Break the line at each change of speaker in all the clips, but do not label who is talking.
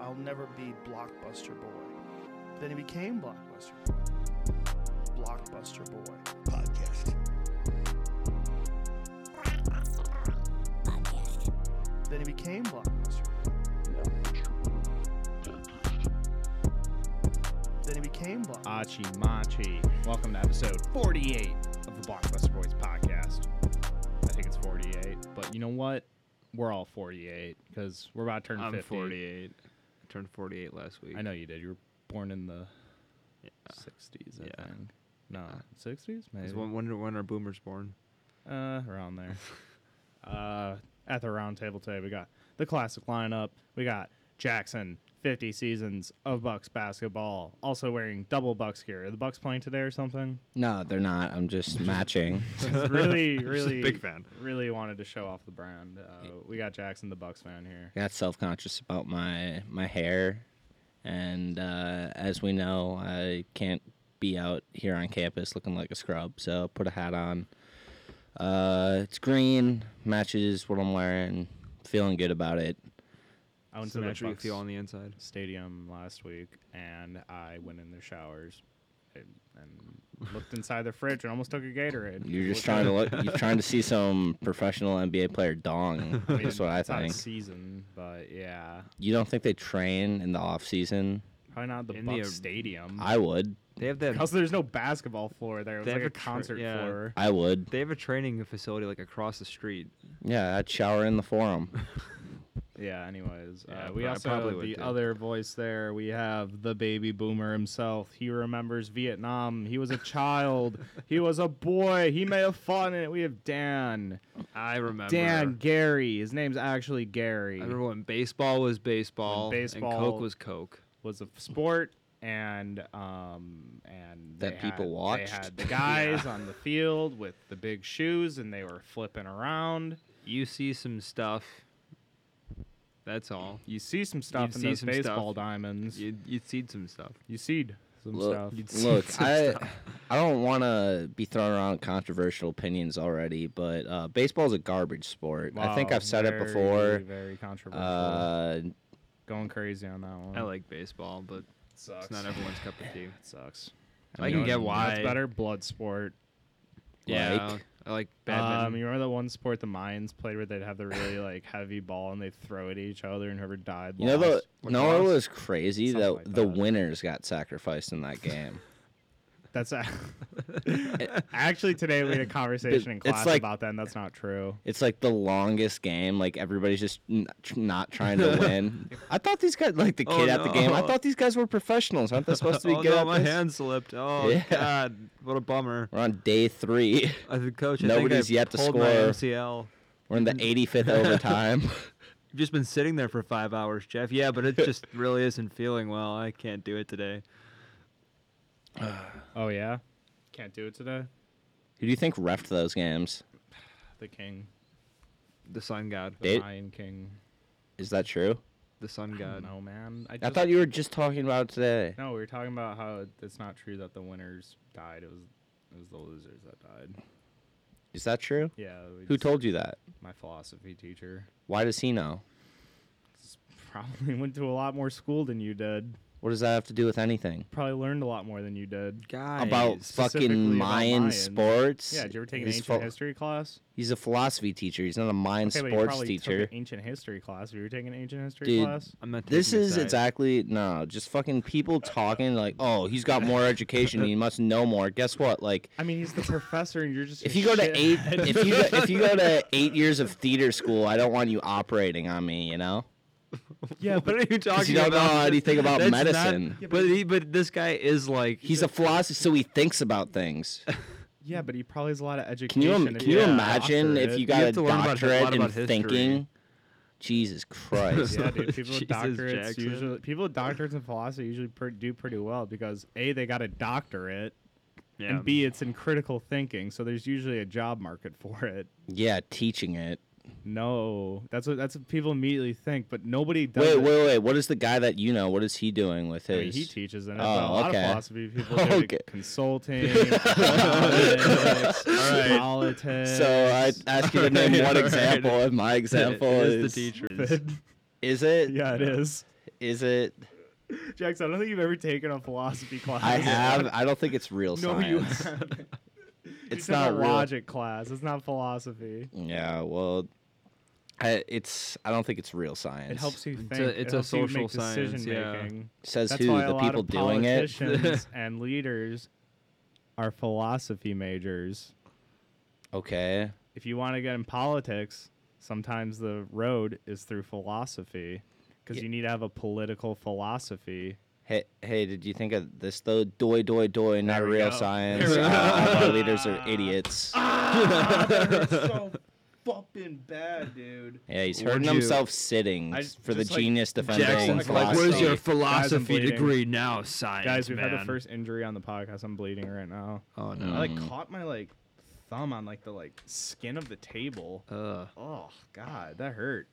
I'll never be Blockbuster Boy. Then he became Blockbuster Boy. Blockbuster Boy.
podcast.
Then he became Blockbuster Boy. Then he became Blockbuster
Achi Machi. Welcome to episode 48 of the Blockbuster Boys podcast. I think it's 48, but you know what? We're all 48 because we're about to turn
I'm
50.
48. I turned 48 last week.
I know you did. You were born in the 60s, I
Yeah.
think. No, 60s? Maybe.
Is When, when, when are boomers born?
Uh, around there. uh, at the round table today, we got the classic lineup. We got Jackson, 50 seasons of Bucks basketball, also wearing double Bucks gear. Are the Bucks playing today or something?
No, they're not. I'm just matching.
really,
Just a
really
big fan.
Really wanted to show off the brand. Uh, we got Jackson, the Bucks fan here.
I got self conscious about my my hair, and uh, as we know, I can't be out here on campus looking like a scrub. So I put a hat on. Uh, it's green, matches what I'm wearing. Feeling good about it.
I went
so
to
that's
the
what you
Bucks
feel on the inside.
stadium last week, and I went in their showers and, and looked inside the fridge and almost took a Gatorade.
You're just
Looked
trying
at-
to look. You're trying to see some professional NBA player dong.
I mean,
That's what I
it's not
think.
Season, but yeah,
You don't think they train in the off season?
probably not the
In the
Bucks
ar-
stadium.
I would.
They have that.
also, there's no basketball floor there. It
They have
was like a
a tr-
concert
yeah.
floor.
I would.
They have a training facility like across the street.
Yeah, I'd shower in the forum.
Yeah. Anyways,
Yeah,
uh, we
I
also
probably
have
would
the
too.
other voice there. We have the baby boomer himself. He remembers Vietnam. He was a child. he was a boy. He may have fought in it. We have Dan.
I remember.
Dan Gary. His name's actually Gary.
I remember when baseball was baseball,
When
and Coke
baseball-
was Coke.
was a f- sport and um and
That
they
people
had,
watched.
they had the guys on the field with the big shoes and they were flipping around
You see some stuff. That's all.
you see some stuff
You'd
in
see
those
some stuff.
baseball diamonds you,
You'd, you'd see some stuff.
seed some
Look,
stuff
look I, I don't want to be throwing around controversial opinions already, but uh, baseball's a garbage sport. I think
Wow,
I've said it
very,
before.
very controversial
Uh,
going crazy on that one
I like baseball, but
sucks
it's not everyone's cup of tea.
it sucks
I,
You
can
know
get
what- you know what's
why.
better blood sport
Yeah.
Like-
I like badminton.
Um, you remember that one sport the Mayans played where they'd have the really like heavy ball and they'd throw it at each other and whoever died
you know, the,
lost.
no, it
Lacrosse?
was crazy
Something
that
like
the
that.
winners got sacrificed in that game.
That's a- actually today we had a conversation in
It's
class
like-
about that, and that's not true.
it's like the longest game. Like everybody's just n- tr- not trying to win. I thought these guys, like the
Oh,
kid at the game, I
no.
thought these guys were professionals. Aren't they supposed to be
oh,
good
no,
at
my
this?
hand slipped. Oh
Yeah.
God, what a bummer.
We're on day three.
I think coach, I
Nobody's
think I
yet to
pulled My
score.
MCL.
We're in the 85th overtime.
You've just been sitting there for five hours, Jeff. Yeah, but it just really isn't feeling well. I can't do it today.
Oh yeah, can't do it today.
Who do you think refed those games?
The king,
The sun god.
the
They-
Mayan king.
Is that true?
The sun god.
No man, I,
I
just,
thought you were just talking about it today.
No, we were talking about how it's not true that the winners died. It was it was the losers that died.
Is that true?
Yeah. we
Who
just-
told you that?
my philosophy teacher?
Why does he know?
Just Probably went to a lot more school than you did.
What does that have to do with anything?
Probably learned a lot more than you did.
Guys.
about
specifically
fucking
about
Mayan
Mayans.
sports?
Yeah, did you ever take an
He's
ancient
pho-
history class?
He's a philosophy teacher. He's not a Mayan
Okay, but you
sports
probably
teacher.
took an ancient history class. Were you taking an ancient history
Dude,
class?
I'm not
This
taking a
is
side.
exactly no, just fucking people talking like, oh, he's got more education. he must know more. Guess what? Like,
I mean, he's the professor, and you're just
if
a
you go to eight,
shithead.
if you go, if you go to eight years of theater school, I don't want you operating on me. You know.
yeah,
What
but
are you talking
you don't know
about?
anything about
That's
medicine.
Not, but he, but this guy is like
He's a philosopher, so he thinks about things.
yeah, but he probably has a lot of
Can
education.
you
if
can
he
you
had a
imagine if
doctorate.
you got
have
a
to learn about- a
doctorate
lot
in
about history.
thinking? Jesus Christ!
Yeah, dude. People
Jesus
with doctorates
Jackson.
usually people with doctorates in philosophy usually per, do pretty well because a they got a doctorate
yeah.
and b it's in critical thinking, so there's usually a job market for it.
yeah, teaching it.
No, that's what that's what people immediately think, but nobody does.
Wait,
it.
wait, wait. What is the guy that you know? What is he doing with
I
his?
mean, he teaches in it.
Oh,
but a lot
okay.
of philosophy people do it.
Okay.
consulting, economics, politics.
so I ask you to name one
Alright,
example, and my example
It is
is
the teachers.
Is it?
yeah, it is.
Is it?
Jackson, I don't think you've ever taken a philosophy class.
I have. I don't think it's real
No,
science.
you haven't.
It's
you took
not
a
real.
logic class. It's not philosophy.
Yeah, well, I, it's. I don't think it's real science.
It helps you think.
It's a- it's a
it helps you
social
make
science,
decision
yeah.
making.
Says
That's
who?
why a
The
lot
people
of
doing it.
politicians and leaders are philosophy majors.
Okay.
If you want to get in politics, sometimes the road is through philosophy because
Yeah.
you need to have a political philosophy.
Hey, hey, did you think of this though? Doi, doi, doi. Not
There we
real
go. Ah!
science.
There we
Ah,
go.
our leaders are idiots.
so fucking bad, dude.
Yeah, he's
Would
hurting
you-
himself sitting
I-
for the
just like
genius defending.
Jackson's like,
philosophy.
"Where's your
Guys, I'm
philosophy
bleeding.
degree now, science
Guys, we've
man.
had the first injury on the podcast. I'm bleeding right now.
Oh no.
I like
Mm.
caught my like thumb on like the like skin of the table.
Uh,
Oh god, that hurt.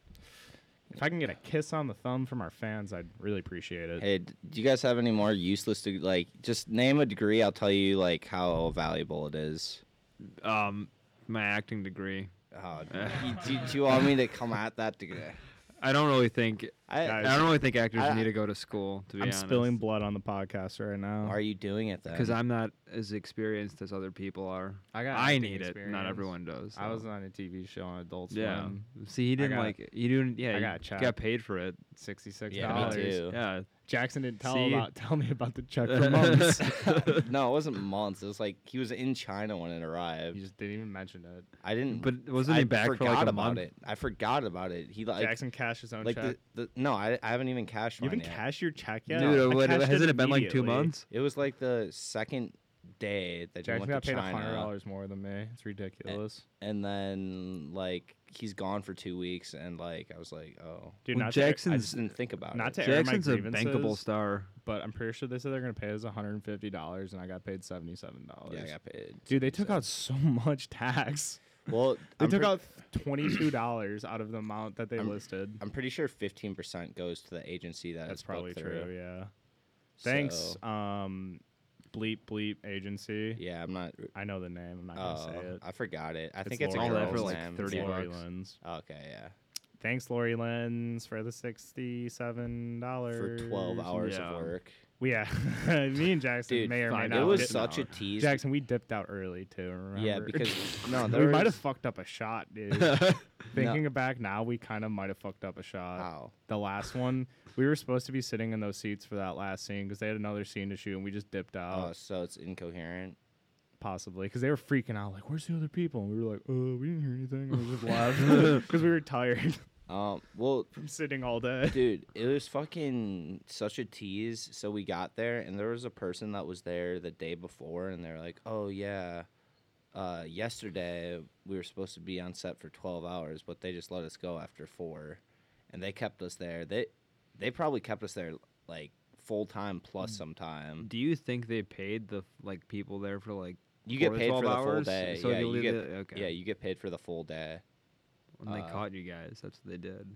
If I can get a kiss on the thumb from our fans, I'd really appreciate it.
Hey, d- do you guys have any more useless to like? Just name a degree. I'll tell you like how valuable it is.
um, my acting degree.
Oh, you- do, do you want me to come at that degree?
I don't really think.
I,
I
Guys,
don't really think actors
I-
need to go to school. To be
I'm
honest,
spilling blood on the podcast right now.
why are you doing it then?
because I'm not as experienced as other people are.
I got
I
acting
need it. Not
experience.
everyone does.
I
so.
was on a TV show on Adult
Yeah.
Swim.
See, he didn't
got-
like. You didn't. Yeah.
I
you
got chopped.
paid for it.
Sixty six
Yeah,
dollars.
me too.
Yeah.
Jackson didn't tell
See?
about tell me about the check for months.
no, it wasn't months. It was like he was in China when it
you
arrived.
just didn't even mention it.
I didn't.
But wasn't he
I
back for, like,
forgot
a
about
month?
it. I forgot about it. He like
Jackson cashed his own
like
check.
the, the no. I, I haven't even cashed
Oh, you
mine
haven't
yet.
cashed your check yet?
Dude, uh,
I
what-
cashed
hasn't it been like two
immediately.
months?
it was like the second day that
Jackson
he
got
went to
paid hundred
China.
dollars more than me. It's ridiculous,
and then like he's gone for two weeks, and like I was like, oh,
dude.
Well,
not
I
Jackson's-
just didn't think about
not
it.
to air my
Jackson's a bankable
grievances,
star.
to, but I'm pretty sure they said they're gonna pay us 150 dollars, and I got paid 77 dollars.
yeah, I got paid.
Dude, they took out so much tax.
Well,
They
I'm
took
pre-
out twenty-two dollars out of the amount that they
I'm-
listed.
I'm pretty sure 15% goes to the agency that
That's
it's
probably
booked through.
true. Yeah. Thanks,
uh, So,
um, bleep bleep agency.
yeah, I'm not.
I know the name. I'm not gonna
Oh,
say it.
I forgot it. I
It's
think it's
Lori
a
All that
girl's
for, like,
name.
30
Yeah.
Lori
bucks.
Lens.
Okay, yeah.
Thanks, Lori Lens, for the sixty-seven dollars
For 12 hours
Yeah.
of work.
Yeah, me and Jackson
Dude,
may or may
fine,
not.
it
have
was
dipped-
such a
hour.
tease.
Jackson, we dipped out early too. Remember?
yeah, because no, there
we might have
was-
fucked up a shot, dude. Thinking back now, we kind of might have fucked up a shot.
How?
The last one, we were supposed to be sitting in those seats for that last scene because they had another scene to shoot, and we just dipped out
Oh, so it's incoherent.
possibly because they were freaking out, like, "Where's the other people?" And we were like, "Oh, we didn't hear anything." And we just left because we were tired
Um, well,
from sitting all day.
dude, it was fucking such a tease. So we got there, and there was a person that was there the day before, and they're like, "Oh yeah, uh, yesterday we were supposed to be on set for twelve hours, but they just let us go after four, and they kept us there. They, they probably kept us there like full time plus some time.
Do you think they paid the like people there for like?
You get
four to
paid
12
for the full
hours?
day.
So
yeah,
you
you
leave
get,
it- okay.
yeah, you get paid for the full day.
When they
uh,
caught you guys, that's what they did.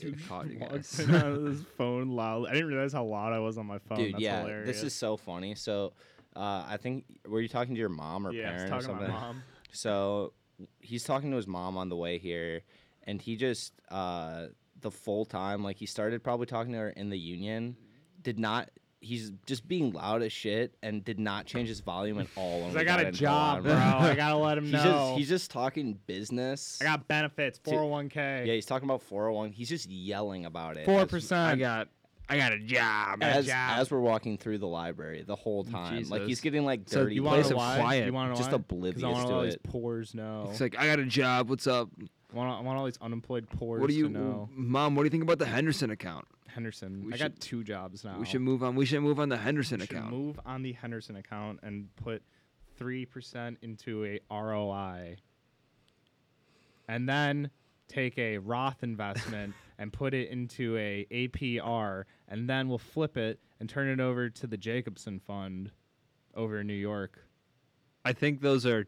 They caught you
Walks
guys.
in out of his phone loud. I didn't realize how loud I was on my phone.
Dude,
That's
yeah,
hilarious.
this is so funny. So, uh, I think were you talking to your mom or
yeah. I was
parent or
talking to
something?
my mom.
So he's talking to his mom on the way here, and he just uh, the full time like he started probably talking to her in the union, did not. He's just being loud as shit and did not change his volume at all. when
'Cause
we
I got a
into the
job,
laundry.
bro. I gotta let him
He's
know.
just he's just talking business.
I got benefits,
Dude,
401k,
yeah, he's talking about 401. He's just yelling about it.
four
as-
I
percent.
got, I got a job.
got a Mm,
As,
job.
as we're walking through the library the whole time, like
Jesus.
he's getting like
So
dirty.
you
looks.
wanna place of quiet,
You want to
just oblivious
I want
to
all these
it.
pores know.
It's like I got a job. What's up?
I, want, I want all these unemployed pores
What do you,
to know.
mom? What do you think about the Henderson account?
Henderson,
we
I got
should-
two jobs now.
We should move on. We should move on the Henderson
We should
account.
move on the Henderson account and put three percent into a ROI, and then take a Roth investment and put it into a APR, and then we'll flip it and turn it over to the Jacobson Fund over in New York.
I think those are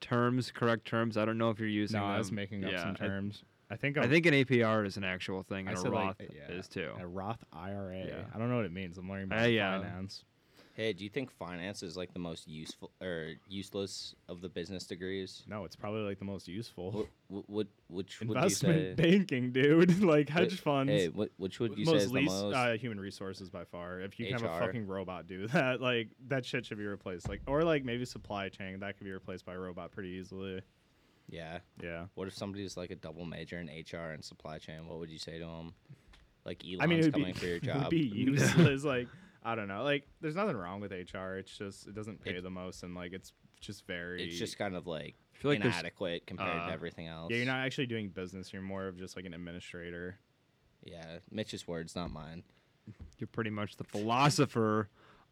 terms, correct terms. I don't know if you're using.
No, I was
them.
making up
Yeah,
some
I-
terms. I, think
I,
I'm-
think an APR is an actual thing,
I
and a
said
Roth
like, yeah,
is too.
A Roth IRA.
Yeah.
I don't know what it means. I'm learning about
Uh, yeah.
finance.
Hey, do you think finance is like the most useful or useless of the business degrees?
No, it's probably like the most useful.
What, what which would you say?
Investment banking, dude. like hedge
Wait,
funds.
Hey, what, which would you say
most
is the
least
most?
uh, human resources by far. If you can have a
HR.
fucking robot do that, like that shit should be replaced. Like or like maybe supply chain that could be replaced by a robot pretty easily.
yeah.
Yeah.
What if somebody's like a double major in HR and supply chain? What would you say to them? Like Elon's
I mean, it would
coming
be,
for your
it would
job.
be useless. like I don't know. Like there's nothing wrong with HR. It's just it doesn't pay
It-
the most, and like it's just very.
it's just kind of like
feel like there's-
inadequate compared
uh,
to everything else.
yeah. You're not actually doing business. You're more of just like an administrator.
Yeah, Mitch's words, not mine.
You're pretty much the philosopher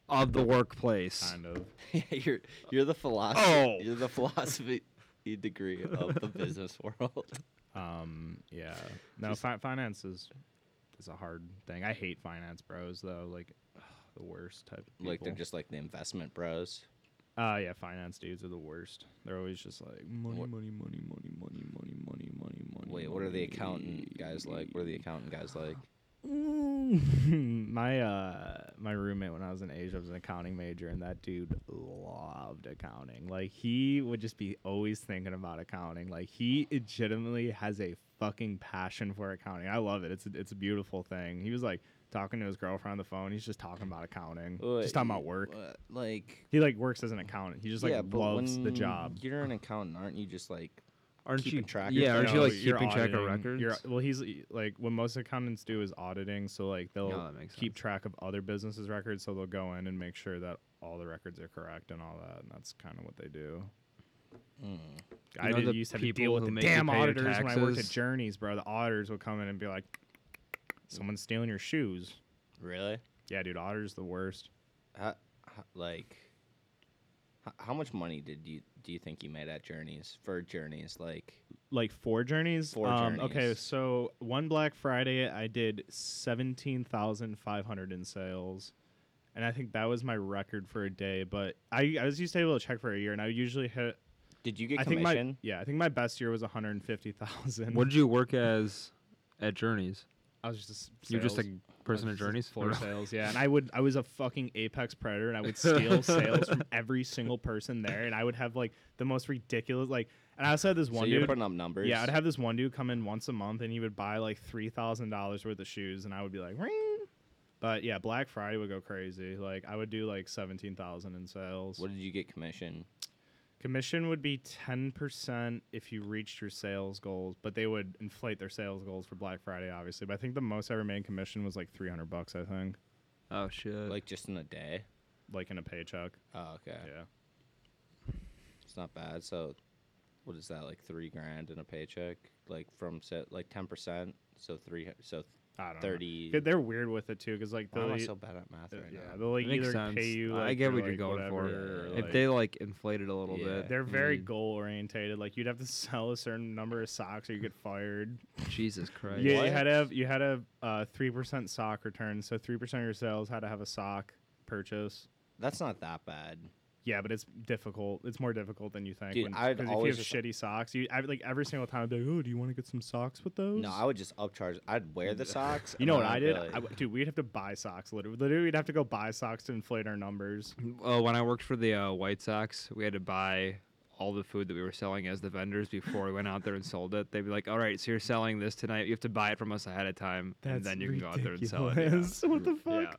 of the workplace.
Kind of.
you're you're the philosophy.
Oh.
You're the philosophy degree of the business world.
Um. Yeah. No. Fi- finance is is a hard thing. I hate finance bros though. Like the worst type. Of
like they're
people.
just like the investment bros.
Uh yeah, finance dudes are the worst. They're always just like money,
What-
money, money, money, money, money, money, money, money.
Wait, what are the accountant guys like? What are the accountant guys like?
my uh my roommate when I was in Asia was an accounting major and that dude loved accounting. Like he would just be always thinking about accounting. Like he legitimately has a fucking passion for accounting. I love it. It's a, it's a beautiful thing. He was like talking to his girlfriend on the phone. He's just talking about accounting. just talking about work.
Uh, like
He like works as an accountant. He just like
yeah, but
loves the
when
job.
You're an accountant, aren't you? Just like
Aren't
keeping
you?
track of
yeah, aren't you like
things?
No, you're
keeping track of
auditing.
records?
You're, well, he's like what most accountants do is auditing, so like they'll
Oh, that makes
keep
sense.
track of other businesses' records, so they'll go in and make sure that all the records are correct and all that, and that's kind of what they do. I
Hmm. You know
did-
the
used to have to deal
people
with
who
the
make you
damn
pay your
auditors when I worked at
taxes?
Journeys, bro. The auditors would come in and be like, "Someone's stealing your shoes."
really?
Yeah, dude, auditors the worst.
How, how, like, how, how much money did you do you think you made at Journeys for Journeys? Like,
like four journeys. Um,
Four
Okay,
journeys.
so one Black Friday, I did seventeen thousand five hundred in sales, and I think that was my record for a day. But I, I was used to able to check for a year, and I usually hit.
did you get
I think
commission?
my yeah, I think my best year was one hundred and fifty thousand.
What did you work as at Journeys?
I was just a s-
You're just a
sales- I was
person at
just a
Journeys.
floor sales. Yeah, and I would I was a fucking apex predator, and I would steal sales from every single person there, and I would have like the most ridiculous like. And I also had this
so
one
you're
dude.
putting up numbers.
Yeah, I'd have this one dude come in once a month, and he would buy like three thousand dollars worth of shoes, and I would be like, ring. But yeah, Black Friday would go crazy. Like I would do like seventeen thousand in sales.
What did you get commission?
Commission would be ten percent if you reached your sales goals, but they would inflate their sales goals for Black Friday, obviously. But I think the most I ever made in commission was like three hundred bucks, I think,
Oh shit!
Uh,
Like just in a day?
like in a paycheck.
Oh, okay.
Uh,
Yeah,
It's not bad. So, what is that like three grand in a paycheck? Like from set like ten percent. So three. hu- So
I don't
thirty.
know. 'Cause They're weird with it too, because like
Why am
they'll,
I
e-
so bad at math
yeah,
right now?
they'll like,
It makes
either
sense.
pay you. Like,
I get
for,
what you're
like,
going
whatever,
for.
or,
if
like-
they like inflated a little
Yeah.
bit,
They're very
Mm.
goal orientated. Like you'd have to sell a certain number of socks or you get fired.
Jesus Christ.
Yeah, you
What?
had to have you had to have three percent sock return. So three percent of your sales had to have a sock purchase.
That's not that bad.
Yeah, but it's difficult. It's more difficult than you think.
Dude, I'd
'cause
always
if
just-
you have shitty socks, you I, like every single time I'd be like, "Oh, do you want to get some socks with those?"
No, I would just upcharge. I'd wear the socks.
you
and
know
then
what I
I'd be
did? I
like-
w dude, we'd have to buy socks. Literally, literally, we'd have to go buy socks to inflate our numbers.
Uh, when I worked for the uh, White Sox, we had to buy all the food that we were selling as the vendors before we went out there and sold it. They'd be like, "All right, so you're selling this tonight. You have to buy it from us ahead of time, and then you can go out there and sell it." Yeah.
ridiculous. what the fuck?
Yeah.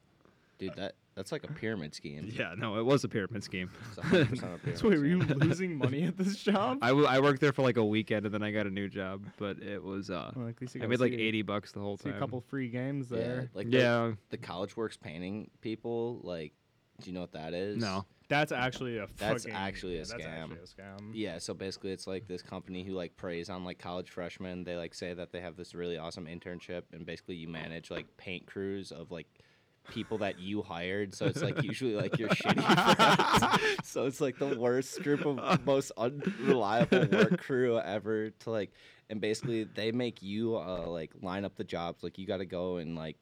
dude, that that's like a pyramid scheme.
Yeah, no, it was a pyramid scheme.
It's 100% a pyramid
So wait, were you
scheme.
losing money at this job?
I, w- I worked there for like a weekend, and then I got a new job, but it was uh,
Well, at least you
I
got
made like
Oh, to see-
eighty bucks the whole
See
time.
a couple free games there.
Yeah, like the-
yeah,
the College Works painting people. Like, do you know what that is?
no,
That's actually a
That's
fucking,
actually a
yeah, That's
scam.
actually a
Um,
scam.
Yeah, so basically, it's like this company who like preys on like college freshmen. They like say that they have this really awesome internship, and basically you manage like paint crews of like people that you hired. So it's like usually like your shitty friends. So it's like the worst group of most unreliable work crew ever to like, and basically they make you uh, like line up the jobs. Like you got to go and like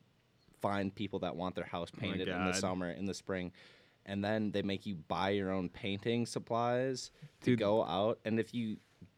find people that want their house
Oh my
painted in the
God.
summer, in the spring. And then they make you buy your own painting supplies to
Dude.
go out. And if you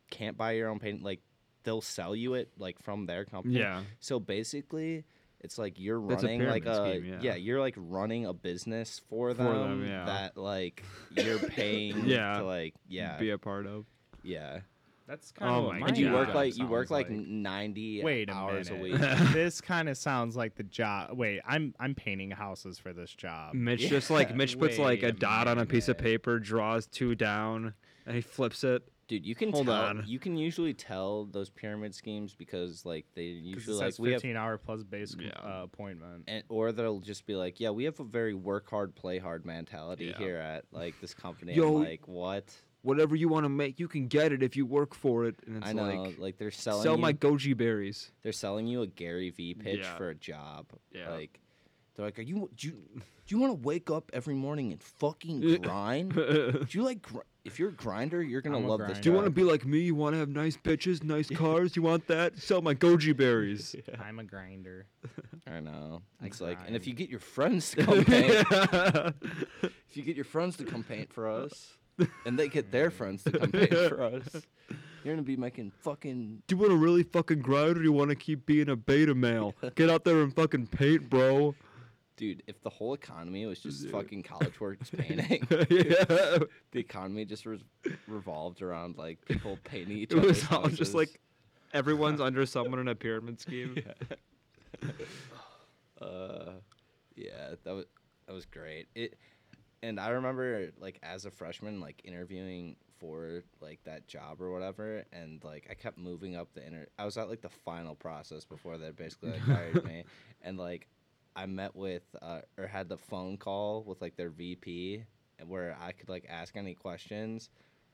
can't buy your own paint, like they'll sell you it like from their company.
yeah.
So basically, it's like you're
That's a
running like a
pyramid scheme,
yeah.
yeah.
you're like running a business for them,
For them, yeah.
that like you're paying
Yeah.
to like yeah
Be a part of.
yeah.
That's kind
Oh
of what
my
my
And you
God.
work
job
like you work
sounds
like, ninety
Wait a
hours a
minute.
week.
this kind of sounds like the job. Wait, I'm I'm painting houses for this job.
Mitch just like
Yeah.
Mitch puts like
Wait
a
a
dot on a piece of
minute.
paper, draws two down, and he flips it.
Dude, you can
Hold
tell,
on.
you can usually tell those pyramid schemes because like they
'Cause
usually
it
like
says
we have
15 hour plus base com-
Yeah.
uh, appointment.
and, or they'll just be like, yeah, we have a very work hard, play hard mentality
Yeah.
here at like this company.
Yo,
I'm like, what?
Whatever you want to make, you can get it if you work for it. And it's
I know, like,
like,
they're selling
sell
you,
my goji berries.
they're selling you a Gary Vee pitch
Yeah.
for a job.
Yeah.
Like, they're like, are you do you, do you want to wake up every morning and fucking grind? do you like gr- if you're a grinder, you're gonna
I'm a
love this.
grinder.
Do you want to
job."
be like me? You want to have nice bitches, nice cars? You want that? Sell my goji berries.
I'm a grinder.
I know.
I'm
It's like, and
crying.
if you get your friends to come paint, if you get your friends to come paint for us, and they get their friends to come paint for us, you're gonna be making fucking.
Do you want to really fucking grind or do you want to keep being a beta male? Get out there and fucking paint, bro.
Dude, if the whole economy was just fucking college works painting,
yeah.
the economy just re- revolved around like people painting each
It
other's
was all just
houses.
like everyone's under someone in a pyramid scheme.
Uh, yeah, that was that was great. It, and I remember like as a freshman, like interviewing for like that job or whatever, and like I kept moving up the inter. I was at like the final process before they basically like, hired me, and like I met with uh, or had the phone call with like their VP, and where I could like ask any questions.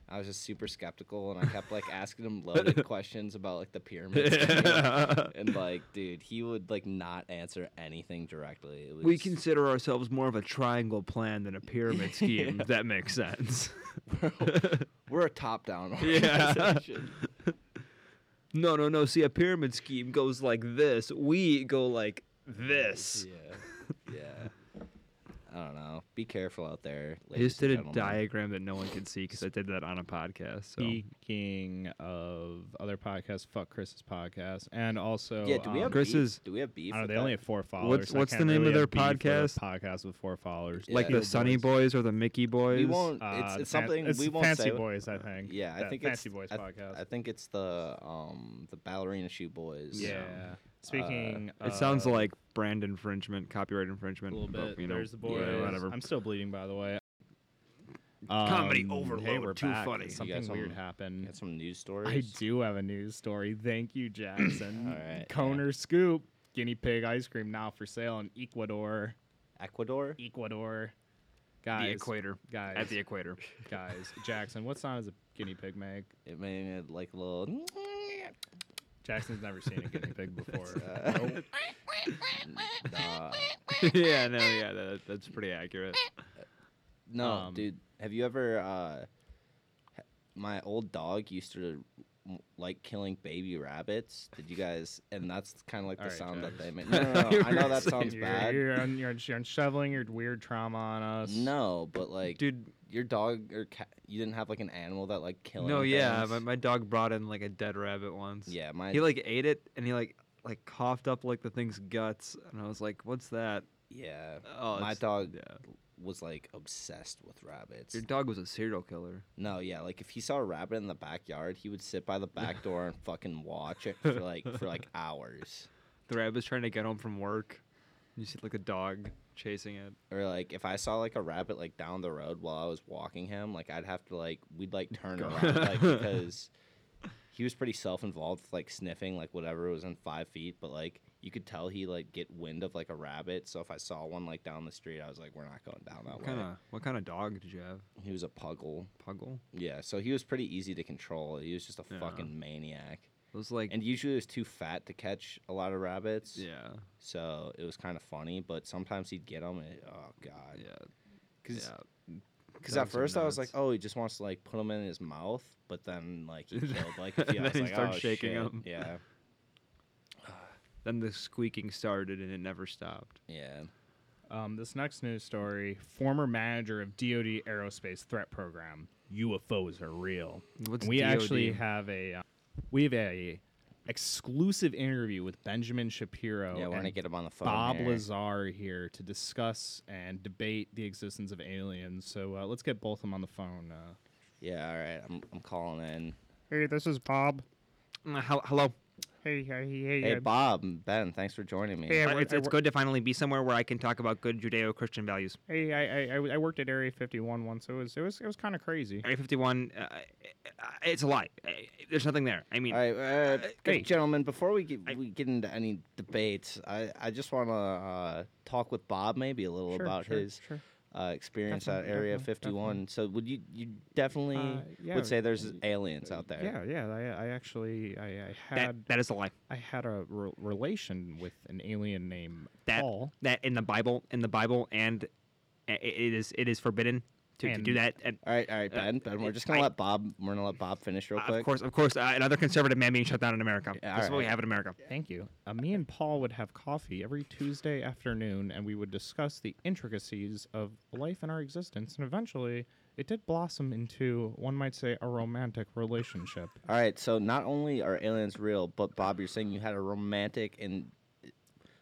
I was just super skeptical, and I kept like asking him loaded questions about like the pyramids. and like, dude, he would like not answer anything directly. It was,
We consider ourselves more of a triangle plan than a pyramid scheme.
Yeah.
if That makes sense.
we're a top-down
Yeah.
organization.
No, no, no. See, a pyramid scheme goes like this. We go like this.
yeah, yeah. I don't know. Be careful out there.
I just
ladies
did
and
a
gentlemen.
diagram that no one could see because I did that on a podcast. So
Speaking of other podcasts, fuck Chris's podcast, and also
Yeah, do we
um,
have
Chris
beef?
is-
Do we have beef?
I don't know,
with
they
that?
only have four followers.
What's-
so I
what's the
can't
name of
really
their
have beef with a
podcast?
podcast with four followers.
like
Yeah.
the Sunny Boys or the Mickey Boys.
We won't.
Uh,
it's, it's
fan-
something
it's
we won't
Fancy
say.
Boys, I think.
Yeah, I
That
think
Fancy
it's
Boys
I,
podcast.
I think it's the um the ballerina shoe boys.
yeah. Speaking,
It sounds
of-
like brand infringement, copyright infringement.
a little
but,
bit.
you know,
There's the
yeah,
boys.
whatever.
I'm still bleeding, by the way.
Comedy
Um, Hey,
overload,
we're
too
back.
funny. You got
Something weird
some-
happened.
Got some news
I
stories.
do have a news story. Thank you, Jackson.
All right,
Cone or scoop? Guinea pig ice cream now for sale in Ecuador.
Ecuador.
Ecuador.
the
Guys,
equator.
guys,
At the equator.
guys. Jackson, what sound does a guinea pig make?
It made it like a little.
Jackson's never seen a guinea pig before.
Uh, nah.
yeah, no, yeah, that, that's pretty accurate.
No,
Um,
dude. Have you ever? Uh, h- my old dog used to m- like killing baby rabbits. Did you guys? And that's kind of like the
Alright,
sound that
guys.
they make. No, no, no,
You
I know
were
that sounds
You're,
bad.
You're, un- you're, un- you're shoveling your weird trauma on us.
No, but like, dude,
Dude,
your dog or cat, you didn't have like an animal that like killing.
no, yeah,
things?
my, my dog brought in like a dead rabbit once.
yeah, my
He like ate it and he like like coughed up like the thing's guts and I was like, "What's that?"
yeah.
Oh,
my
it's-
dog
Yeah.
was like obsessed with rabbits.
Your dog was a serial killer.
No, yeah, like if he saw a rabbit in the backyard, he would sit by the back door and fucking watch it for like for like hours.
The rabbit's trying to get home from work. You see like a dog chasing it.
or like if I saw like a rabbit like down the road while I was walking him, like I'd have to like we'd like turn around like because he was pretty self-involved with like sniffing like whatever was in five feet, but like you could tell he like get wind of like a rabbit. So if I saw one like down the street, I was like, we're not going down that
What
way.
kind of what kind of dog did you have?
He was a puggle.
Puggle?
Yeah, so he was pretty easy to control. He was just a
Yeah.
fucking maniac.
It was like
And usually he was too fat to catch a lot of rabbits.
yeah,
So it was kind of funny, but sometimes he'd get them. And, oh god.
yeah,
'Cause
yeah.
Because
That
at
was some
first I was like,
nuts.
oh, he just wants to like put them in his mouth, but then like he killed like a few.
Then
I was
he
like,
started
oh,
shaking
shit.
'em.
Yeah, "Oh."
Then the squeaking started and it never stopped.
yeah.
Um, this next news story: former manager of DoD Aerospace Threat Program, UFOs are real.
What's
we
DoD?
actually have a uh, we have a exclusive interview with Benjamin Shapiro.
Yeah, we're gonna
Oh, and
get him on the phone.
Bob
here.
Lazar here to discuss and debate the existence of aliens. So uh, let's get both of them on the phone. Uh,
Yeah, all right. I'm, I'm calling in.
Hey, this is Bob.
Mm, hel- hello.
Hey, hey, hey,
Hey,
uh,
Bob, Ben, thanks for joining me.
Hey, I
Uh,
wor-
it's,
I
it's
wor-
good to finally be somewhere where I can talk about good Judeo-Christian values.
Hey, I, I- I, I worked at Area 51 once. It was, it was, it was kind of crazy.
Area 51, uh, uh, it's a lie. Uh, There's nothing there. I mean,
All right, uh,
hey.
gentlemen. Before we get
I-
we get into any debates, I, I just want to uh, talk with Bob maybe a little
Sure,
about
sure,
his
sure.
uh, experience
Definitely,
at Area
definitely,
51. So would you you definitely
Uh, yeah,
would say there's aliens out there?
yeah, yeah. I, I actually I, I
that,
had
that is a lie.
I had a re- relation with an alien named
That
Paul.
that in the Bible, in the Bible, and uh, i- i- it is it is forbidden to, to do
And-
that. And
All right, all right, Ben. Ben, we're just gonna
Uh, I-
let Bob. We're gonna let Bob finish real
uh,
quick.
of course, of course, uh, another conservative man being shut down in America.
Yeah,
That's what we
alright.
have in America.
Thank you. Uh, me and Paul would have coffee every Tuesday afternoon, and we would discuss the intricacies of life and our existence. And eventually, it did blossom into, one might say, a romantic relationship.
All right. So not only are aliens real, but Bob, you're saying you had a romantic and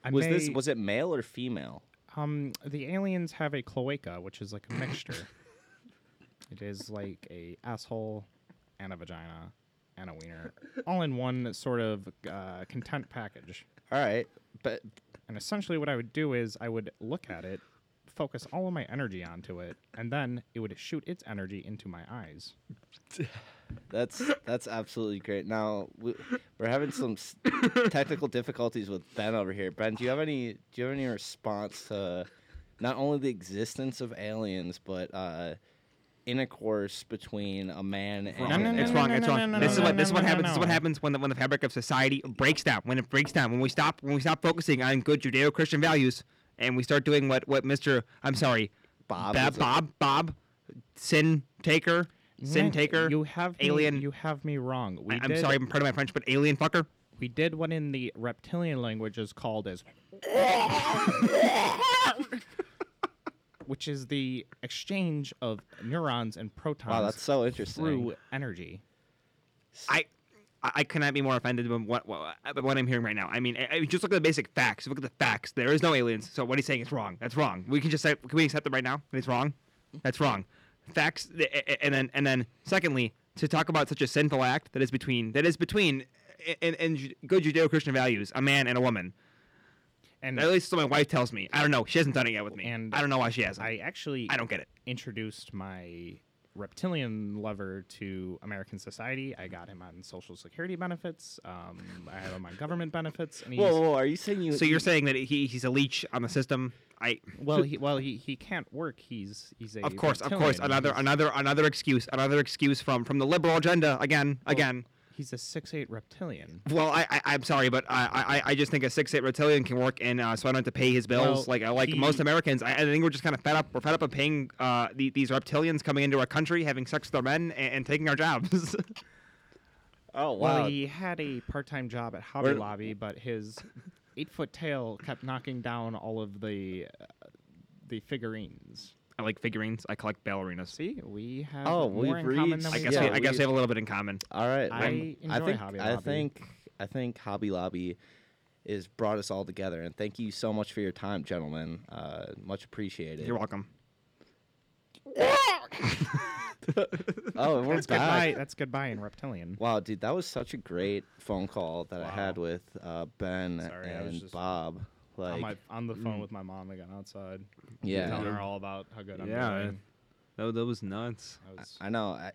I
was this
may-
was it male or female?
Um, the aliens have a cloaca, which is like a mixture. it is like a asshole and a vagina and a wiener, all in one sort of uh, content package.
All right, but
And essentially, what I would do is I would look at it, focus all of my energy onto it, and then it would shoot its energy into my eyes.
That's that's absolutely great. Now we, we're having some s- technical difficulties with Ben over here. Ben, do you have any do you have any response to not only the existence of aliens but uh, intercourse between a man and
No, no,
an
no,
it's
alien?
no,
wrong.
no,
it's
no,
wrong. this
no, no,
is
no,
what
no,
this is what
no,
happens. This is
no.
what happens when the when the fabric of society breaks down. When it breaks down. When we stop. When we stop focusing on good Judeo-Christian values, and we start doing what what Mister I'm sorry,
Bob
Ba-
is a-
Bob, Bob, sin taker, sin
Nick,
taker.
you have me,
alien.
You have me wrong. We
I, am
did-
sorry. I'm part of my French, but alien fucker.
We did what in the reptilian language is called as. which is the exchange of neurons and protons
Wow, that's so interesting.
through energy.
I. I I cannot be more offended than what, what, what I'm hearing right now. I mean, I, I- just look at the basic facts. Look at the facts. There is no aliens. So what he's saying is wrong. That's wrong. We can just say, can we accept it right now? It's wrong. That's wrong. Facts. th- a- a- And then and then secondly, to talk about such a sinful act that is between that is between and, and Ju- good Judeo-Christian values, a man and a woman.
And
At least that's what my wife tells me. I don't know. She hasn't done it yet with me.
And
I don't know why she hasn't.
I actually
I don't get it.
introduced my reptilian lover to American society. I got him on social security benefits. Um, I have him on government benefits, and he's
Whoa, whoa, are you saying you?
So you're saying that he, he's a leech on the system? I
well, he well he, he can't work. He's he's a
of course, of course,
reptilian.
another
He's-
another another excuse, another excuse from from the liberal agenda again, again.
He's a six eight reptilian.
Well, I, I I'm sorry, but I, I I just think a six eight reptilian can work, and uh, so I don't have to pay his bills.
Well,
like I like
he-
most Americans, I, I think we're just kind of fed up. We're fed up of paying uh the, these reptilians coming into our country, having sex with our men, and, and taking our jobs.
oh
Well,
wow,
he had a part-time job at Hobby
Where-
Lobby, but his eight-foot tail kept knocking down all of the uh, the figurines.
I like figurines. I collect ballerinas.
See, we have
Oh,
more
we've
in common
reached-
than
I
we
guess
Yeah,
we,
thought.
I guess
we-
we have a little bit in common.
all right.
I
well,
enjoy
think
Hobby
I
Lobby.
think I think Hobby Lobby is brought us all together, and thank you so much for your time, gentlemen. Uh, much appreciated.
You're welcome.
Oh, and we're
that's
back.
goodbye. That's goodbye in reptilian.
Wow, dude, that was such a great phone call that I had with uh, Ben
Sorry, I was
and
just-
Bob. Like, mm.
on, my, on the phone with my mom again outside.
Yeah.
telling her all about how good I'm
Yeah,
doing.
That, Oh, that was nuts.
I was,
I know, I,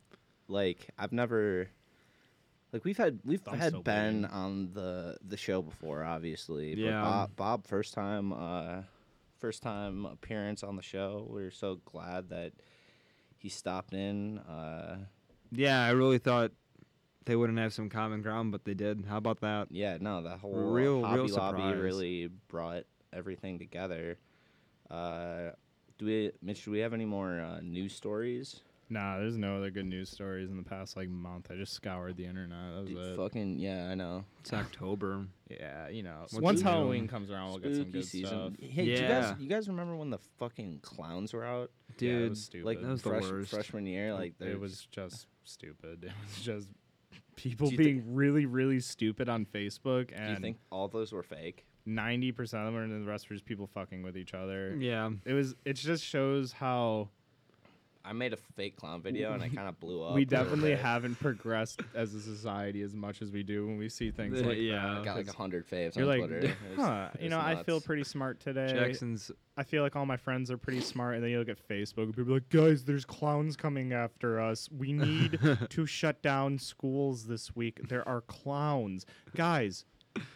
like I've never, like we've had we've
I'm
had
so
Ben on the the show before, obviously. But
Yeah.
Bob, Bob, first time, uh, first time appearance on the show. We're so glad that he stopped in. Uh,
Yeah, I really thought they wouldn't have some common ground, but they did. How about that?
yeah, no, that whole
Real- real
Hobby Lobby
surprise.
really brought everything together. Uh, do we, Mitch? Do we have any more uh, news stories?
nah, there's no other good news stories in the past like month. I just scoured the internet. That was
Dude,
it.
fucking yeah, I know.
It's October.
Yeah, you know,
What's
once
new?
Halloween comes around, we'll get some good stuff.
Hey, do you guys,
Yeah.
you guys remember when the fucking clowns were out?
Yeah, it
Dude,
was stupid.
Like
That was the
fresh,
worst.
freshman year, like
it
there's-
was just stupid. It was just people
Do you thi-
being really, really stupid on Facebook,
Do you
and
think all those were fake?
ninety percent of them, and the rest were just people fucking with each other.
Mm.
Yeah.
It was. It just shows how
I made a fake clown video and I kind of blew up.
we
a little
definitely
bit.
haven't progressed as a society as much as we do when we see things
Uh,
like
yeah.
that.
got like
'cause
hundred faves
You're
on
like,
Twitter. It was-
huh?
it
You
was
know, I feel
nuts.
pretty smart today.
Jackson's
I feel like all my friends are pretty smart, and then you look at Facebook and people are like, guys, there's clowns coming after us. We need to shut down schools this week. There are clowns. Guys,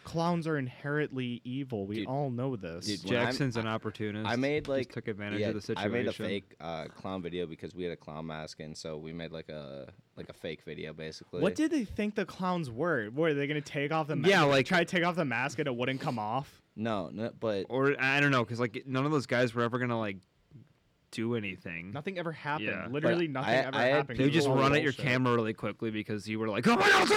clowns are inherently evil. We
Dude.
all know this.
Dude, when I'm-
Jackson's an opportunist.
I made
Just
like
took advantage
yeah,
of the
I
situation.
made a fake uh, clown video because we had a clown mask, and so we made like a like a fake video basically.
what did they think the clowns were? Were they gonna take off the mask?
Yeah, like-
try to take off the mask and it wouldn't come off.
No, no, but
or I don't know, because like none of those guys were ever gonna like do anything.
Nothing ever happened.
Yeah.
Literally
But
nothing
I-
ever
I had
happened.
You
people
just
People
run
were
at your
Bullshit.
camera really quickly because you were like, "Oh my God!" it's a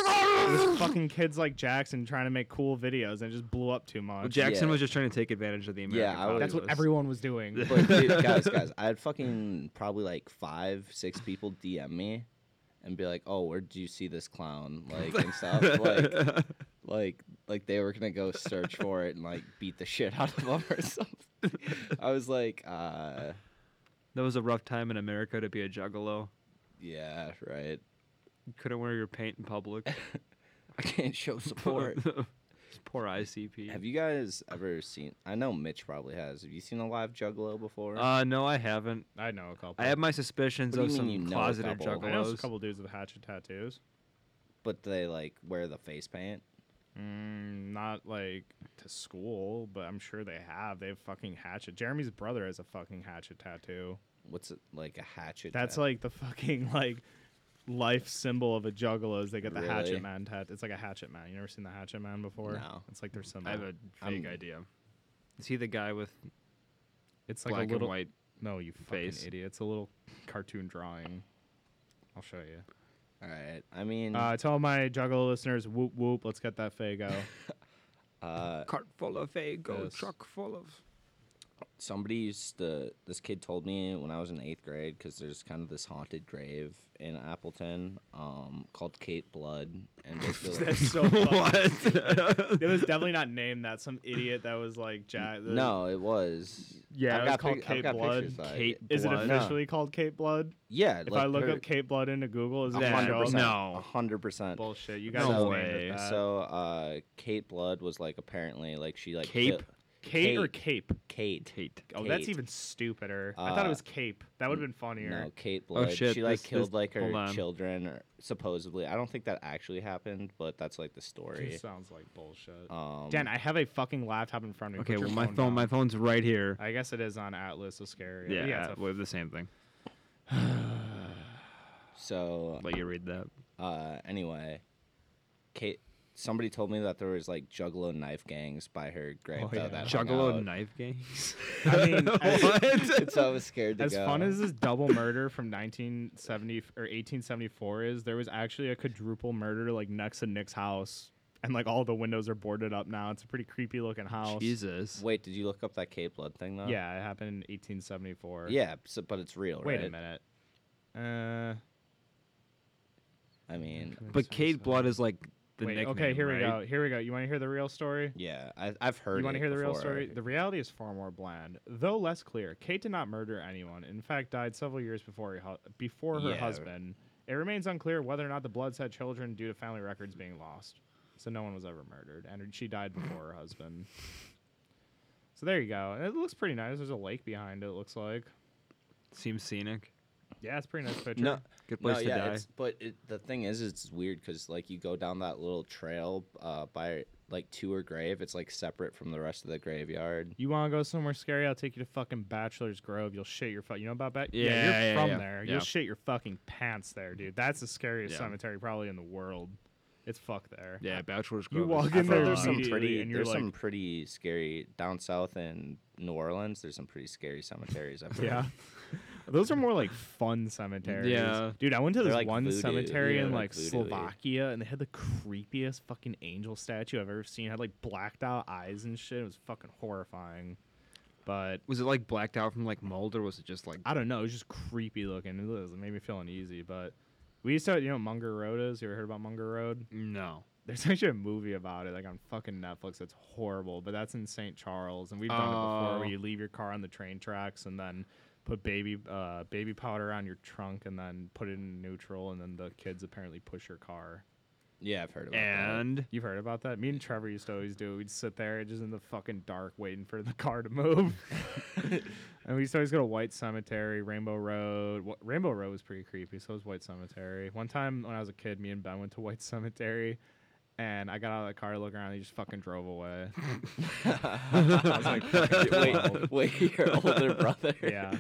There's
clown!"
fucking kids like Jackson trying to make cool videos and it just blew up too much.
Jackson
Yeah.
was just trying to take advantage of the American.
Yeah, I would-
That's what
populace.
everyone was doing.
but dude, guys, guys, I had fucking probably like five, six people DM me and be like, "Oh, where did you see this clown?" Like and stuff. like, like, like they were gonna go search for it and like beat the shit out of them or something. I was like, uh,
That was a rough time in America to be a juggalo.
"Yeah, right.
You couldn't wear your paint in public.
I can't show support."
Poor ICP.
Have you guys ever seen? I know Mitch probably has. Have you seen a live Juggalo before?
Uh, no, I haven't.
I know a couple.
I have my suspicions
What do
of
you
some
mean you know a
closeted
couple?
I know a
juggalos.
couple dudes with hatchet tattoos.
but they like wear the face paint.
Mm, not like to school, but I'm sure they have. They have fucking hatchet. Jeremy's brother has a fucking hatchet tattoo.
What's it like a hatchet?
That's
tat-
like the fucking like life symbol of a juggalo is they get the
Really?
hatchet man tattoo. It's like a hatchet man. You never seen the hatchet man before?
No.
It's like their symbol.
I have a vague
I'm-
idea. Is he the guy with
it's like
black
a little
and white?
No, you
face?
fucking idiot. It's a little cartoon drawing. I'll show you.
all right. I mean,
Mm.
Uh, tell my juggalo listeners, whoop whoop, let's get that fago.
uh,
Cart full of fago,
Yes.
truck full of.
somebody used to this kid told me when i was in eighth grade because there's kind of this haunted grave in appleton um, called kate blood and basically like,
That's so
What?
fucking It was definitely not named that. Some idiot that was like Jack. the-
no it was
Yeah,
I've
it was
got
called
pic- I've
Kate
got
Blood.
pictures, like,
Kate
Is it
Blood.
No.
officially called Kate Blood?
yeah
If I look up Kate Blood into Google, is it
Yeah,
100
show?
percent,
no.
100%
Bullshit. You guys
No
just named
way.
it that.
so uh, kate blood was like apparently like she like
Cape?
kill-
Kate, or Cape?
kate
Kate.
Oh, that's
Kate.
even stupider. I thought it was Cape. That would have been funnier.
Uh, No, Kate Blood.
Oh, shit,
she like
this- this-
killed like
hold
her
on.
children, or, supposedly. I don't think that actually happened, but that's like the story.
This sounds like bullshit.
Um,
Dan, I have a fucking laptop in front of me.
Okay,
Put
well
your
my phone,
phone. down.
my phone's right here.
I guess it is on Atlas. So scary.
yeah,
yeah. it's a-
well, the same thing.
so
Let you read that.
uh, anyway, Kate. Somebody told me that there was like Juggalo knife gangs by her
Oh,
grave. though, that hung
Juggalo
out.
knife gangs.
I mean,
what?
so I was scared to
As
go.
fun as this double murder from 1970 or 1874 is, there was actually a quadruple murder like next to Nick's house, and like all the windows are boarded up now. It's a pretty creepy looking house.
Jesus.
Wait, did you look up that Kate Blood thing though?
Yeah, it happened in 1874.
uh. Yeah, so, but it's real,
Wait
right?
a minute. Uh,
I mean,
But Cade Blood is like the
wait.
nickname.
okay, here we
right?
go. Here we go. You want to hear the real story?
yeah, I, I've heard.
You want
want
to hear the real story? The reality is far more bland, though less clear. Kate did not murder anyone. In fact, died several years before her, hu- before her
Yeah.
husband. It remains unclear whether or not the Bloods had children due to family records being lost. So no one was ever murdered, and she died before her husband. So there you go. And it looks pretty nice. There's a lake behind it. it Looks like.
Seems scenic.
Yeah, it's a pretty nice picture.
No,
Good place
no,
to
yeah,
die.
It's, but it, the thing is, it's weird because like you go down that little trail uh, by like to her grave. It's like separate from the rest of the graveyard.
You want to go somewhere scary? I'll take you to fucking Bachelor's Grove. You'll shit your fuck. You know about that?
Yeah,
you're
yeah,
from
yeah.
there.
Yeah.
You'll shit your fucking pants there, dude. That's the scariest
Yeah.
cemetery probably in the world. It's fuck there.
Yeah, Bachelor's
You
Grove. is
walk
I
in
thought
there,
there's some
immediately,
pretty.
and you're
There's
like-
some pretty scary down south in New Orleans. There's some pretty scary cemeteries. I've heard.
Yeah. Those are more like fun cemeteries.
Yeah.
Dude, I went to
They're
this
like
one
voodoo.
cemetery
Yeah,
in like
like voodoo-y.
Slovakia and they had the creepiest fucking angel statue I've ever seen. It had like blacked out eyes and shit. It was fucking horrifying. But
Was it like blacked out from like mold, or was it just like?
I don't know, it was just creepy looking. It was- it made me feel uneasy, but We used to, you know, Munger Road is. You ever heard about Munger Road?
No.
There's actually a movie about it, like on fucking Netflix. It's horrible, but that's in St. Charles, and we've done it before.
Oh.
Where you leave your car on the train tracks and then put baby uh, baby powder on your trunk and then put it in neutral, and then the kids apparently push your car.
Yeah, I've heard about
And
You've heard about that? Me and Trevor used to always do it. We'd sit there just in the fucking dark waiting for the car to move. and we used to always go to White Cemetery, Rainbow Road. Wh- Rainbow Road was pretty creepy, so was White Cemetery. One time when I was a kid, me and Ben went to White Cemetery. And I got out of the car to look around. And he just fucking drove away.
that. wait, wait, your older brother.
Yeah,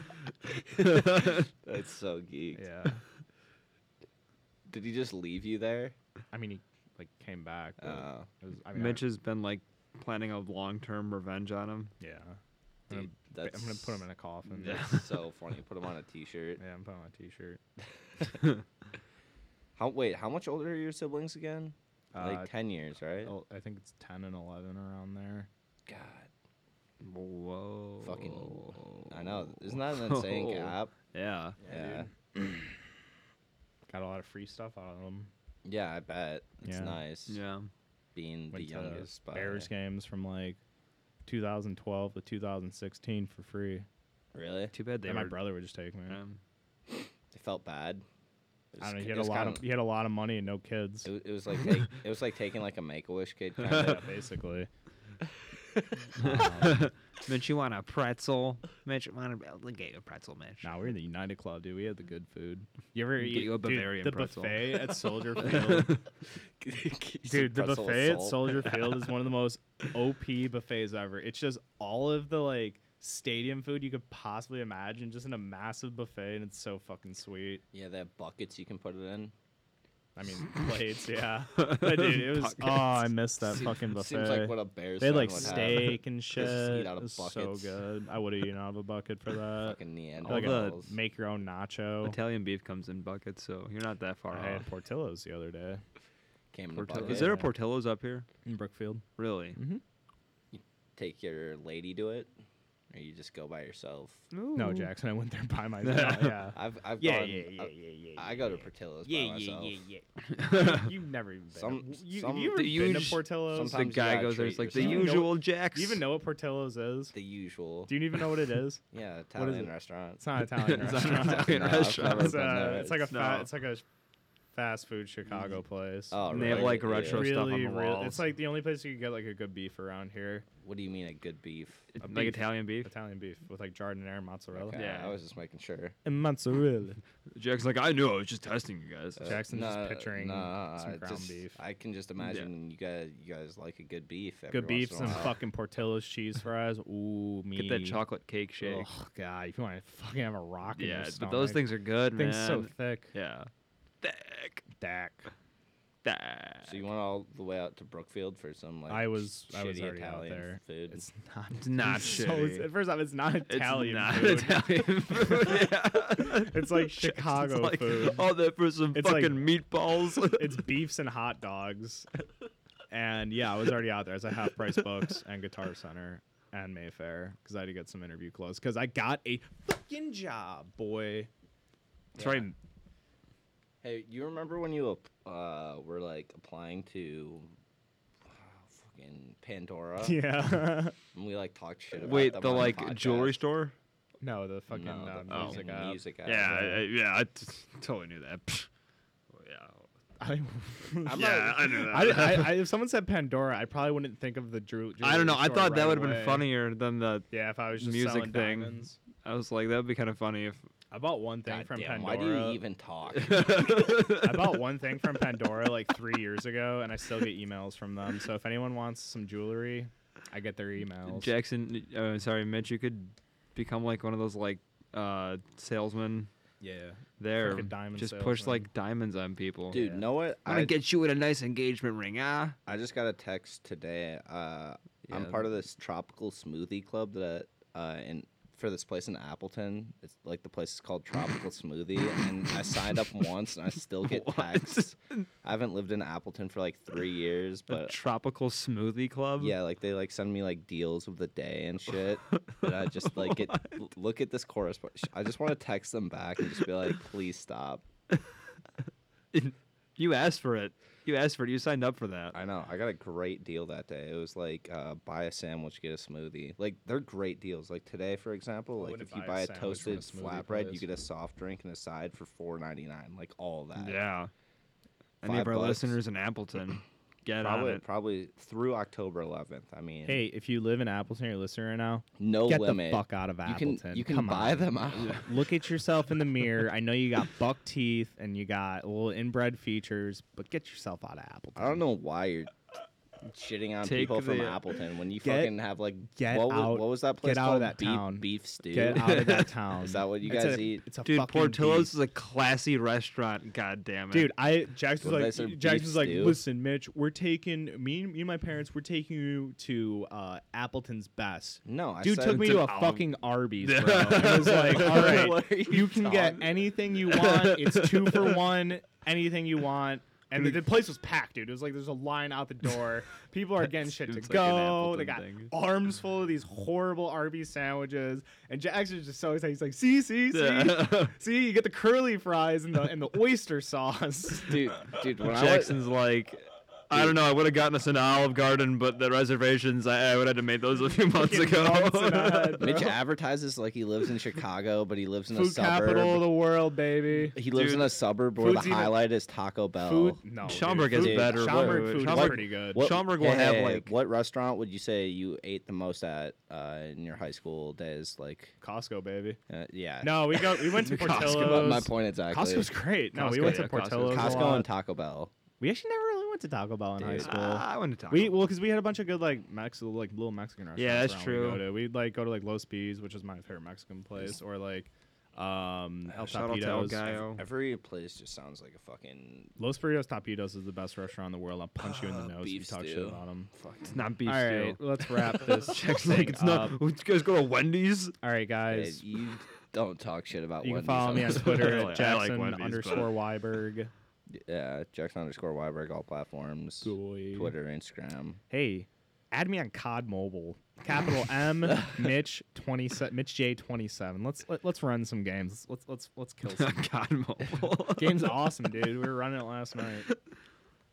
That's so geek.
yeah.
Did he just leave you there?
I mean, he like came back. but
Oh.
it was, I mean, I-
Mitch has been like planning a long term revenge on him.
yeah. I'm gonna,
Dude,
I'm gonna put him in a coffin. Yeah,
That's so funny. Put him on a t-shirt.
I'm putting him on a t-shirt.
How wait, how much older are your siblings again?
Uh,
like 10 years, right?
Oh, I think it's ten and eleven around there.
god.
Whoa.
Fucking I know. Isn't that an insane cap?
Yeah.
Yeah.
Got a lot of free stuff out of them.
Yeah, I bet. It's
Yeah.
nice
Yeah.
being the youngest. by-
Bears games from like 2012 to 2016 for free.
Really?
Too bad they
and my
were-
brother would just take me.
um,
They felt bad. It
I don't
was
know.
ki-
He had
it
a
was
lot.
kinda-
Of, he had a lot of money and no kids.
It, wa- it was like take, it was like taking like a Make a Wish kid kind
yeah,
of.
basically.
Mitch, you want a pretzel? Mitch, you want a, I'll get you a pretzel, Mitch.
Now nah, we we're in the United Club, dude. We had the good food. You ever
Get
eat
you a
dude,
Bavarian
the
pretzel.
buffet at Soldier Field? dude, the buffet at Soldier Field is one of the most OP buffets ever. It's just all of the like stadium food you could possibly imagine, just in a massive buffet, and it's so fucking sweet.
Yeah, they have buckets you can put it in.
I mean, plates, yeah. But dude, it was. Oh, I missed that fucking buffet.
Seems like what a Bears
they had
fan
like
would have.
steak and shit.
Just eat out
It
of
was so
buckets.
good. I would have eaten out of a bucket for that.
Fucking
uh, like a
Neanderthals.
make your own nacho.
Italian beef comes in buckets, so you're not that far
I had
off.
Portillo's the other day
Came in a
Portillo.
bucket.
Is there a Portillo's up here?
in Brookfield.
Really?
take your lady to it, or you just go by yourself?
No, Jackson, I went there by myself. yeah.
I've I've
Yeah,
gone.
yeah, yeah,
I-
yeah, yeah,
I go to Portillo's by myself.
You've never even been. to-
Some-
you,
some-
have you ever
the
been to
usu-
Portillo's?
sometimes
the
you
guy
gotta
goes there.
treat
It's like
yourself.
the
You know-
usual Jacks.
Do you even know what Portillo's is?
The usual.
Do you even know what it is?
yeah, Italian
it?
restaurant.
It's not Italian.
It's not an
restaurant.
Italian
No, I've
restaurant.
never
It's,
been
uh,
there.
it's like a
No.
fa- it's like a sh- fast food Chicago place.
Oh,
And they have
really?
like
Yeah.
retro stuff on
really,
the
really,
walls.
it's like the only place you can get like a good beef around here.
What do you mean a good beef?
like
beef.
Italian beef.
Italian beef with like jardinera mozzarella.
Okay,
Yeah.
I was just making sure.
And mozzarella.
Jack's like, I knew. I was just testing you guys.
Jackson's just
Uh, Nah,
picturing
nah,
some
I
ground
just-
beef.
I can just imagine you guys, you guys like a good beef. every
Good beef,
once in a
some
while.
fucking Portillo's cheese fries. Ooh, me.
Get that chocolate cake shake.
Oh god, if you want to fucking have a rock in your
yeah, but
stomach.
those things are good,
things
man.
so thick.
yeah. Thick.
Dak.
Thick.
So you went all the way out to Brookfield for some like
I was I was
shitty
already
Italian
out there.
food.
It's not
It's not
so,
shitty.
it's- First off, it's not
It's
Italian.
not
food.
Italian food. yeah.
It's like
It's
Chicago
like,
food.
all that for some
It's like-
fucking meatballs.
it's beefs and hot dogs. And yeah, I was already out there. It's at half price books and Guitar Center and Mayfair because I had to get some interview clothes because I got a fucking job, boy. That's
Yeah.
right.
Hey, you remember when you ap- uh, were like applying to uh, fucking Pandora?
Yeah.
And we like talked shit about
Wait,
them
the
on
like
podcast?
jewelry store?
no, the fucking
No,
uh,
the
music
fucking
app.
music app.
Yeah, I, I- yeah, I t- totally knew that. Psh. Oh, yeah,
I,
I'm
yeah,
not-
I knew that.
I, I, I, if someone said Pandora, I probably wouldn't think of the Drew.
I don't know. I
jewelry store
thought that
right
would have
away.
been funnier than the.
Yeah, if I was just
music
selling
thing.
diamonds.
I was like, that would be kind of funny if.
I bought one thing
God
from
damn,
Pandora.
Why do you even talk?
I bought one thing from Pandora like three years ago, and I still get emails from them. So if anyone wants some jewelry, I get their emails.
Jackson, uh, sorry, Mitch, you could become like one of those like uh salesmen
yeah.
there.
Frickin' diamond
Just push
salesman.
like diamonds on people.
Dude, know what?
I'm
I,
gonna get you with a nice engagement ring, ah.
I just got a text today. Uh, I'm
Yeah.
part of this tropical smoothie club that uh, in for this place in Appleton. It's like the place is called Tropical Smoothie, and I signed up once, and I still get texts. I haven't lived in Appleton for like three years,
A
but
tropical smoothie club.
Yeah, like they like send me like deals of the day and shit, and I just like get l- look at this correspondence. I just want to text them back and just be like, please stop.
you asked for it. You asked for it. You signed up for that.
I know. I got a great deal that day. It was like uh, buy a sandwich, get a smoothie. Like they're great deals. Like today, for example, like
wouldn't
if you
buy
buy
a
a
sandwich from a
toasted
smoothie
flatbread,
place.
you get a soft drink and a side for four ninety nine. Like all that.
Yeah. Any of
Five
our
bucks.
listeners in Appleton, get on
Probably,
it.
probably through October 11th. I mean,
Hey, if you live in Appleton, you're listening right now.
no
get
limit.
the fuck out of
you
Appleton.
can you can
Come
buy
on.
them out.
Look at yourself in the mirror. I know you got buck teeth and you got little inbred features, but get yourself out of Appleton.
I don't know why you're shitting on
Take
people from
the-
Appleton when you
Get-
fucking have like
get
what, was,
out-
what was that
get
place
out of
called?
that
beef,
town.
beef stew.
Get out of that town.
Is that what you
It's
guys
a-
eat?
It's a
Dude,
fucking
Portillo's
beast.
is a classy restaurant. God damn it.
Dude, I Jackson's
What did I say,
like Jackson's
beef
like,
stew?
listen, Mitch, we're taking me, and- me and my parents, we're taking you to uh, Appleton's best.
No, I
Dude
said
took me
it's
to a
an
fucking Arby's, bro. I was like, all right,
What are you
you can get anything you want. It's two for one, anything you want. And the, the place was packed, dude. It was like there's a line out the door. People are getting shit to
seems like an
go.
Appleton
They got
thing.
arms full of these horrible Arby's sandwiches. And Jackson's just so excited. He's like, see, see, see.
Yeah.
See, you get the curly fries and the and the oyster sauce.
dude, dude, when I was,
Jackson's like, I don't know. I would have gotten us an Olive Garden, but the reservations, I, I would have to made those a few months ago.
Mitch advertises like he lives in Chicago, but he lives in a
Food
suburb.
capital of the world, baby.
he lives in
Dude,
a suburb where the
food's even-
highlight is Taco Bell.
Food, no. dude.
Schaumburg is
Dude,
better.
Schaumburg
Wait,
food
Schaumburg-
is pretty good.
What,
Schaumburg will have,
hey,
like-
what restaurant would you say you ate the most at uh, in your high school days? Like,
Costco, baby.
uh, yeah.
No, we go. We went to
Costco.
But
Portillo's.
my point exactly.
Costco's great. No, we
Costco,
went
yeah, Costco's
to Portillo's. a
Costco
lot.
and Taco Bell.
we actually never really went to Taco Bell in high
Dude.
school.
Ah, I want to talk.
we well, because we had a bunch of good like Mex, like little Mexican restaurants.
Yeah, that's
around we
true.
go to. We'd like go to like Los P's, which is my favorite Mexican place, or like um El
Shout out to El
Tapitos.
Gallo.
Every place just sounds like a fucking
Los Burritos Tapitos is the best restaurant in the world. I'll punch you in the nose if you
beef
talk shit
stew.
about them.
It's not beef
All right,
stew.
let's wrap this.
Jackson's
thing
like, it's not.
up.
Would you guys go to Wendy's?
All right,
Hey,
guys.
you don't talk shit about
You can
Wendy's
follow
on
me on
this-
Twitter
I
at
like
Jackson
Wendy's, but-
underscore Weiberg.
Yeah, Jackson underscore Weiberg, all platforms.
Boy.
Twitter, Instagram.
Hey, add me on COD Mobile. Capital M Mitch twenty seven Mitch J twenty seven. Let's let, let's run some games. Let's let's let's kill some.
God, mobile.
Game's awesome, dude. We were running it last night.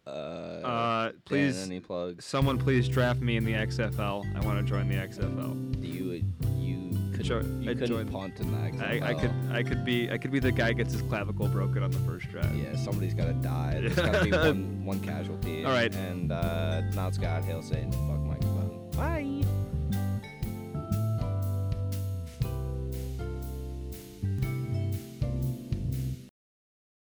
Uh, please,
Dan, any plugs?
someone please draft me in the XFL. I want to join the XFL.
Do you you could
Sure,
you
I'd
couldn't
join.
punt in that.
I, I could, I could be, I could be the guy who gets his clavicle broken on the first drive.
Yeah, somebody's gotta die. There's gotta be one one casualty.
All right.
And uh, not Scott Hale saying fuck